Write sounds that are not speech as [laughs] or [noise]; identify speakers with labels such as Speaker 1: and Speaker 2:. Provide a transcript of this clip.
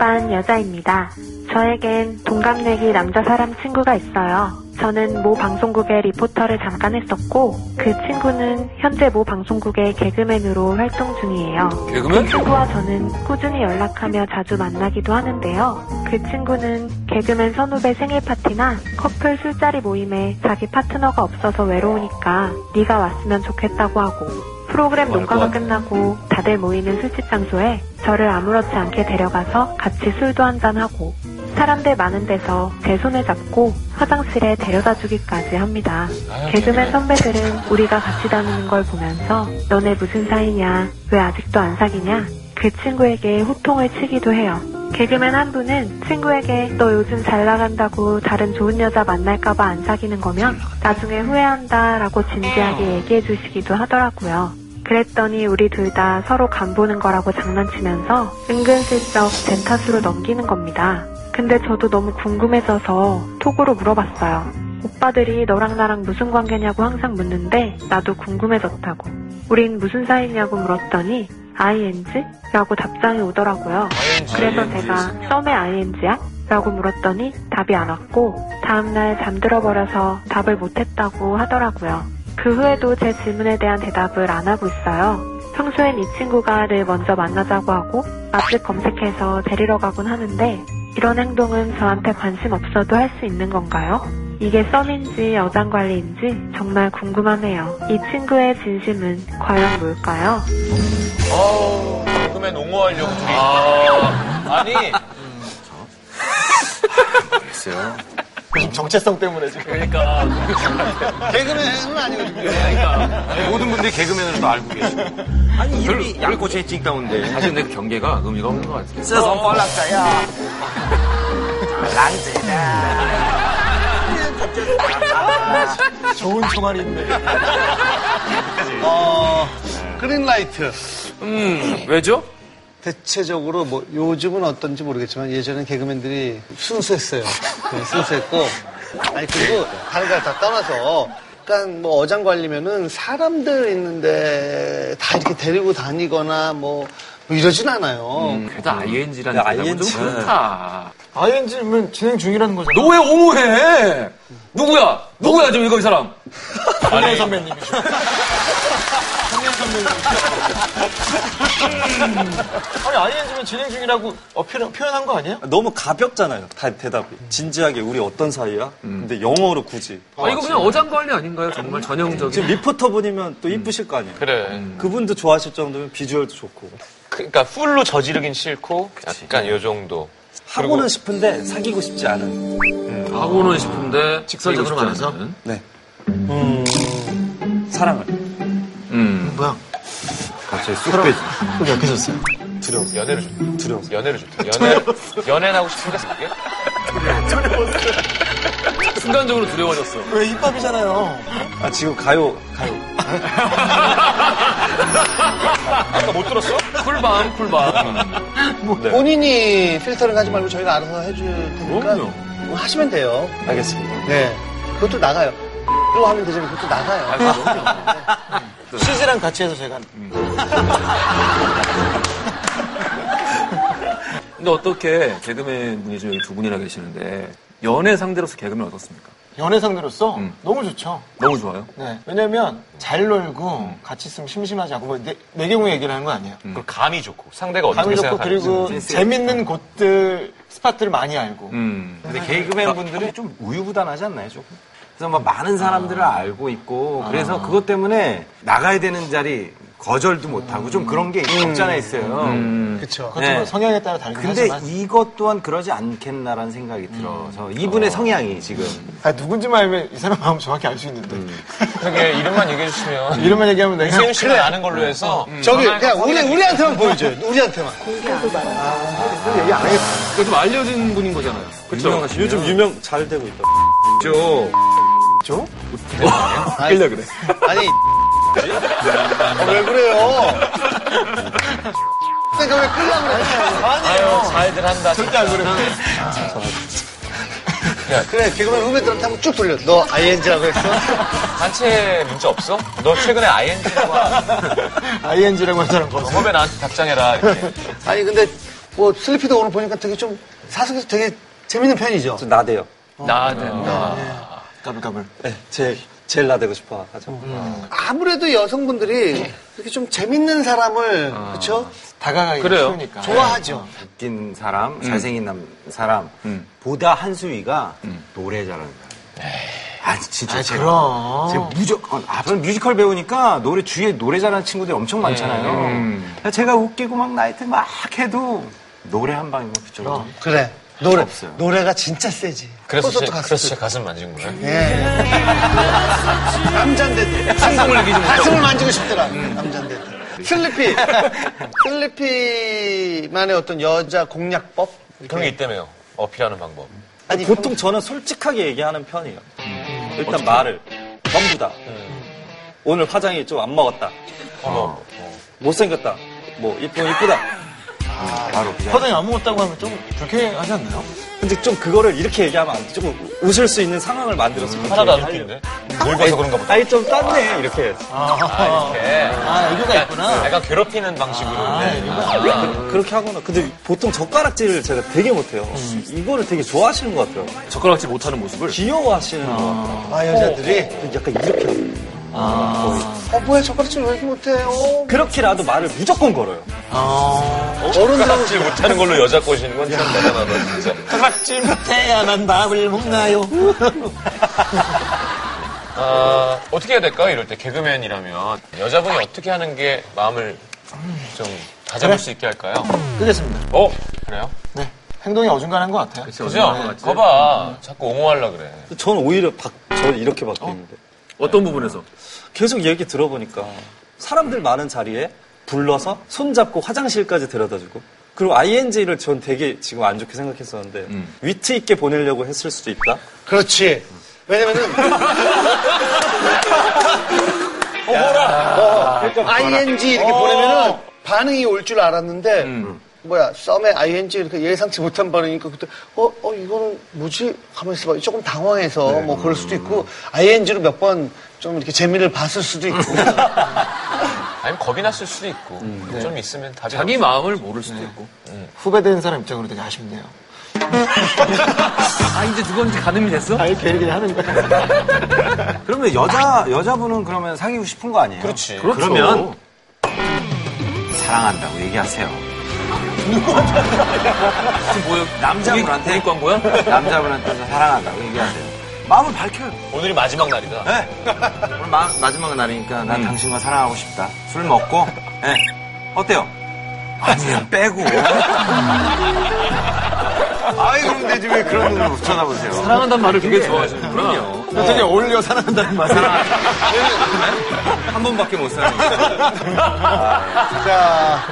Speaker 1: 한 여자입니다. 저에겐 동갑내기 남자 사람 친구가 있어요. 저는 모 방송국의 리포터를 잠깐 했었고 그 친구는 현재 모 방송국의 개그맨으로 활동 중이에요. 그
Speaker 2: 개그맨?
Speaker 1: 친구와 저는 꾸준히 연락하며 자주 만나기도 하는데요. 그 친구는 개그맨 선후배 생일 파티나 커플 술자리 모임에 자기 파트너가 없어서 외로우니까 네가 왔으면 좋겠다고 하고 프로그램
Speaker 2: 뭐할
Speaker 1: 녹화가
Speaker 2: 것 같아.
Speaker 1: 끝나고 다들 모이는 술집 장소에 저를 아무렇지 않게 데려가서 같이 술도 한잔하고 사람들 많은 데서 제 손을 잡고 화장실에 데려다 주기까지 합니다.
Speaker 2: 아,
Speaker 3: 네.
Speaker 1: 개그맨 선배들은 우리가 같이 다니는 걸 보면서 너네 무슨 사이냐, 왜 아직도 안 사귀냐, 그 친구에게 호통을 치기도 해요. 개그맨 한 분은 친구에게 너 요즘 잘 나간다고 다른 좋은 여자 만날까봐 안 사귀는 거면 나중에 후회한다라고 진지하게 얘기해 주시기도 하더라고요. 그랬더니 우리 둘 다 서로 간 보는 거라고 장난치면서 은근슬쩍 제 탓으로 넘기는 겁니다. 근데 저도 너무 궁금해져서 톡으로 물어봤어요. 오빠들이 너랑 나랑 무슨 관계냐고 항상 묻는데 나도 궁금해졌다고. 우린 무슨 사이냐고 물었더니 ING? 라고 답장이 오더라고요.
Speaker 2: ING.
Speaker 1: 그래서
Speaker 3: 네,
Speaker 1: 제가 썸의 ING야? 라고 물었더니 답이 안 왔고 다음날 잠들어 버려서 답을 못했다고 하더라고요. 그 후에도 제 질문에 대한 대답을 안 하고 있어요. 평소엔 이 친구가 늘 먼저 만나자고 하고 맛집 검색해서 데리러 가곤 하는데 이런 행동은 저한테 관심 없어도 할 수 있는 건가요? 이게 썸인지 여장관리인지 정말 궁금하네요. 이 친구의 진심은 과연 뭘까요?
Speaker 2: 어우, 개그맨 옹호하려고 둘이. 아, 아니,
Speaker 4: 글쎄요.
Speaker 5: 정체성 때문에 지금.
Speaker 2: 그러니까.
Speaker 5: 개그맨은 아니거든요.
Speaker 4: 모든 분들이 개그맨으로 다 알고 계시고. 아니, 이름이 양꼬치 찡다운데. 사실 내 경계가 의미가 없는 것 같아요.
Speaker 6: 좀 빨랐어요. 랑제다.
Speaker 5: 좋은 총알이 있네. 어, 그린라이트.
Speaker 2: 음, 왜죠?
Speaker 5: 대체적으로 뭐 요즘은 어떤지 모르겠지만 예전엔 개그맨들이 순수했어요. 네, 순수했고. 아니, 그리고 다른 걸 다 떠나서 약간 뭐 어장 관리면은 사람들 있는데 다 이렇게 데리고 다니거나 뭐, 뭐 이러진 않아요.
Speaker 4: 음, 그래도 ING라는 대답은 좀 그렇다.
Speaker 7: ING면 진행 중이라는 거잖아.
Speaker 2: 너 왜 옹호해? 누구야? 누구야, 지금 이거 이 사람?
Speaker 7: 노 선배님이죠. 아니 ING면 진행 중이라고 어필, 표현한 거 아니야?
Speaker 6: 너무 가볍잖아요. 다 대답이.
Speaker 3: 음.
Speaker 6: 진지하게 우리 어떤 사이야? 근데 영어로 굳이.
Speaker 4: 아, 이거 그냥 어장관리 아닌가요? 정말 전형적인.
Speaker 6: 지금 리포터분이면 또 이쁘실 거 아니에요.
Speaker 3: 그래.
Speaker 6: 그분도 좋아하실 정도면 비주얼도 좋고.
Speaker 3: 그러니까 풀로 저지르긴 싫고 약간 요 정도.
Speaker 6: 하고는 싶은데 사귀고 싶지 않은.
Speaker 4: 하고는 싶은데 직설적으로 말해서.
Speaker 6: 네. 사랑을.
Speaker 2: 음.
Speaker 4: 갑자기 쑥 빼지.
Speaker 3: 연애를 좋다. 두려워. 연애를
Speaker 4: [laughs]
Speaker 3: 좋다. 연애 연애는 하고 싶은데 이게?
Speaker 4: 순간적으로 두려워졌어.
Speaker 7: 왜 입밥이잖아요.
Speaker 6: 아, 지금 가요, 가요.
Speaker 4: 쿨밤, 쿨밤.
Speaker 3: 뭐,
Speaker 6: 네.
Speaker 3: 어?
Speaker 5: 본인이 필터를 가지 말고 저희가 알아서 해줄 테니까
Speaker 4: 그럼요.
Speaker 5: 뭐 하시면 돼요.
Speaker 6: 알겠습니다.
Speaker 5: 네. 그것도 나가요. 이거 하면 되지만 아, 그것도 나가요.
Speaker 7: CG랑 같이 해서 제가
Speaker 4: 근데 어떻게 개그맨 분이 지금 두 분이나 계시는데 연애 상대로서 개그맨 어떻습니까?
Speaker 7: 연애 상대로서
Speaker 4: 음.
Speaker 7: 너무 좋죠.
Speaker 4: 너무 좋아요.
Speaker 7: 네. 왜냐면 잘 놀고 같이 있으면 심심하지 않고 뭐 내, 내 경우 얘기를 하는 건 아니에요.
Speaker 3: 그리고 감이 좋고 음. 상대가
Speaker 7: 감이
Speaker 3: 어떻게
Speaker 7: 좋고
Speaker 3: 생각하는지. 음.
Speaker 7: 그리고 재밌는 곳들 스팟들을 많이 알고
Speaker 4: 음.
Speaker 8: 근데 개그맨 분들이 좀 우유부단하지 않나요, 조금? 그래서 막 많은
Speaker 6: 아.
Speaker 8: 사람들을 알고 있고, 그래서 그것 때문에 나가야 되는 자리 거절도 못하고 좀 그런 게
Speaker 6: 음.
Speaker 8: 없잖아 있어요.
Speaker 5: 그쵸.
Speaker 7: 그것도
Speaker 8: 네.
Speaker 7: 성향에 따라 다르긴
Speaker 8: 근데
Speaker 7: 하지만
Speaker 8: 이것 또한 그러지 않겠나라는 생각이
Speaker 6: 음.
Speaker 8: 들어서 이분의 성향이 지금
Speaker 7: 아, 누군지 말면 이 사람 마음 정확히 알 수 있는데
Speaker 3: 그게 이름만 얘기해 주시면
Speaker 7: [laughs] 이름만 얘기하면
Speaker 3: [laughs]
Speaker 7: 내가
Speaker 3: 세윤 씨를 아는 걸로
Speaker 4: 어,
Speaker 3: 해서 음.
Speaker 5: 저기, 그냥 우리, 우리한테만 [laughs] 보여줘요. 우리한테만.
Speaker 4: 그좀 알려진 분인 거잖아요. 그렇죠.
Speaker 6: 요즘 유명 잘 되고 있다.
Speaker 4: 죠.
Speaker 5: 끌려 그래. 아니. 어, 왜 그래요? 그러니까 왜 끌려 그래?
Speaker 3: 아유 잘들 한다. 진짜.
Speaker 5: 아, 그래, 개그맨 후배들한테 한번 쭉 돌려. 너 ING라고 했어?
Speaker 3: 단체 문자 없어? 너 최근에 ING와
Speaker 4: [laughs]
Speaker 7: ING라고 하는 사람 거세
Speaker 3: 법에 나한테 답장해라. 이렇게.
Speaker 5: 아니, 근데 뭐 슬리피도 오늘 보니까 되게 좀 사석에서 되게 재밌는 편이죠.
Speaker 6: 좀 나대요.
Speaker 3: 나는
Speaker 7: 까불까불.
Speaker 6: 네, 제일, 제일 나대고 싶어 하죠.
Speaker 5: 아무래도 여성분들이 이렇게 좀 재밌는 사람을 그렇죠?
Speaker 7: 다가가기
Speaker 3: 그래요.
Speaker 7: 쉬우니까.
Speaker 5: 좋아하죠.
Speaker 8: 웃긴 사람,
Speaker 6: 음.
Speaker 8: 잘생긴 남, 사람 보다 한 수위가
Speaker 6: 음.
Speaker 8: 노래 잘하는 사람. 아 진짜
Speaker 7: 아,
Speaker 8: 제가
Speaker 7: 그럼.
Speaker 6: 어.
Speaker 8: 제가 무조건 아 저는 뮤지컬 배우니까 노래 주위에 노래 잘하는 친구들이 엄청 많잖아요.
Speaker 6: 네. 음.
Speaker 8: 제가 웃기고 막 나이트 막 해도 노래 한 방이 못 붙죠.
Speaker 6: 어.
Speaker 5: 그래. 노래
Speaker 8: 없어요.
Speaker 5: 노래가 진짜 세지.
Speaker 3: 그래서 제,
Speaker 5: 콘서트 갔을
Speaker 3: 그래서 제 가슴 만진 거예요.
Speaker 5: 예. 남잔데도 가슴을 가슴을 만지고 싶더라. 남잔데도. 슬리피 슬리피만의 어떤 여자 공략법
Speaker 3: 그런 게 있다며요. 어필하는 방법.
Speaker 5: 아니,
Speaker 6: 보통 저는 솔직하게 얘기하는 편이에요. 일단 말을 전부 다. 오늘 화장이 좀 안 먹었다. 어. 못생겼다. 뭐 이쁘면 이쁘다.
Speaker 7: 화장이 안 먹었다고 하면 좀 불쾌하지 않나요?
Speaker 6: 근데 좀 그거를 이렇게 얘기하면 안 돼. 조금 웃을 수 있는 상황을 만들어서 그렇게
Speaker 3: 하나도 안
Speaker 6: 아, 얘기하려고.
Speaker 3: 웃긴데? 늙어서 그런가 보다.
Speaker 6: 아이 좀 땄네 이렇게 해야지.
Speaker 7: 아, 이유가 있구나.
Speaker 3: 약간 괴롭히는 방식으로. 네.
Speaker 7: 아.
Speaker 6: 그렇게 하거나 근데 보통 젓가락질을 제가 되게 못해요.
Speaker 7: 음.
Speaker 6: 이거를 되게 좋아하시는 것 같아요.
Speaker 2: 젓가락질 못하는 모습을.
Speaker 6: 귀여워하시는 것 같아요. 어.
Speaker 5: 아 여자들이
Speaker 6: 약간 이렇게 하고.
Speaker 5: 어 뭐야 저거를 왜 이렇게 못해요?
Speaker 6: 아. 그렇게라도 말을 무조건 걸어요.
Speaker 3: 젓가락질 못하는 걸로 여자 꼬시는 건 참 대단하다, 진짜.
Speaker 7: 깍질 못해야만 밥을 [laughs] 먹나요?
Speaker 3: 아, 어떻게 해야 될까요? 이럴 때 개그맨이라면 여자분이 어떻게 하는 게 마음을 좀 다잡을 수 있게 할까요?
Speaker 7: 끄겠습니다.
Speaker 3: 어 그래요?
Speaker 7: 네. 행동이 어중간한 것 같아요. 네.
Speaker 3: 그죠? 거봐 자꾸 옹호하려 그래.
Speaker 6: 저는 오히려 바, 저는 이렇게 바뀌는데
Speaker 2: 어떤 부분에서?
Speaker 6: 계속 얘기 들어보니까 사람들 많은 자리에 불러서 손잡고 화장실까지 데려다주고 그리고 ING를 전 되게 지금 안 좋게 생각했었는데
Speaker 2: 음.
Speaker 6: 위트 있게 보내려고 했을 수도 있다.
Speaker 5: 그렇지. 왜냐면은
Speaker 6: 그러니까
Speaker 5: ing 이렇게 보내면은 반응이 올 줄 알았는데 뭐야 썸에 ing 이렇게 예상치 못한 반응이니까 그때 어, 어 이거는 뭐지 가만 있어봐 조금 당황해서 뭐 그럴 수도 있고 ing로 몇 번 좀 이렇게 재미를 봤을 수도 있고
Speaker 3: 아니면 겁이 났을 수도 있고 좀 있으면 답이
Speaker 2: 자기 마음을 모를 수도 있고.
Speaker 7: 후배된 사람 입장으로 되게
Speaker 3: [laughs]
Speaker 7: 아쉽네요.
Speaker 2: 아, 이제 그건 이제 가늠이 됐어?
Speaker 7: 아예 계획을 하는 거야.
Speaker 8: 그러면 여자 여자분은 그러면 사귀고 싶은 거 아니에요?
Speaker 6: 그렇죠.
Speaker 3: 그렇지.
Speaker 8: 그러면
Speaker 6: [laughs]
Speaker 8: 사랑한다고 얘기하세요.
Speaker 2: 뭐야?
Speaker 8: 남자분한테
Speaker 2: 공익 광고야?
Speaker 8: 남자분한테 사랑한다고 얘기하세요. 마음을 밝혀요.
Speaker 3: 오늘이 마지막 날이다.
Speaker 8: 네. [laughs] 오늘 마, 지막 날이니까 난 당신과 사랑하고 싶다. 술 [laughs] 먹고, 예. 어때요? 아니요, [laughs] 빼고. 아이, 그럼 되지 왜 그런 눈으로 쳐다보세요?
Speaker 2: 사랑한다는 말을 되게 좋아하시는구나.
Speaker 8: 되게 어울려 사랑한다는 네. 말. 한 번밖에 못 사는 거.
Speaker 5: 자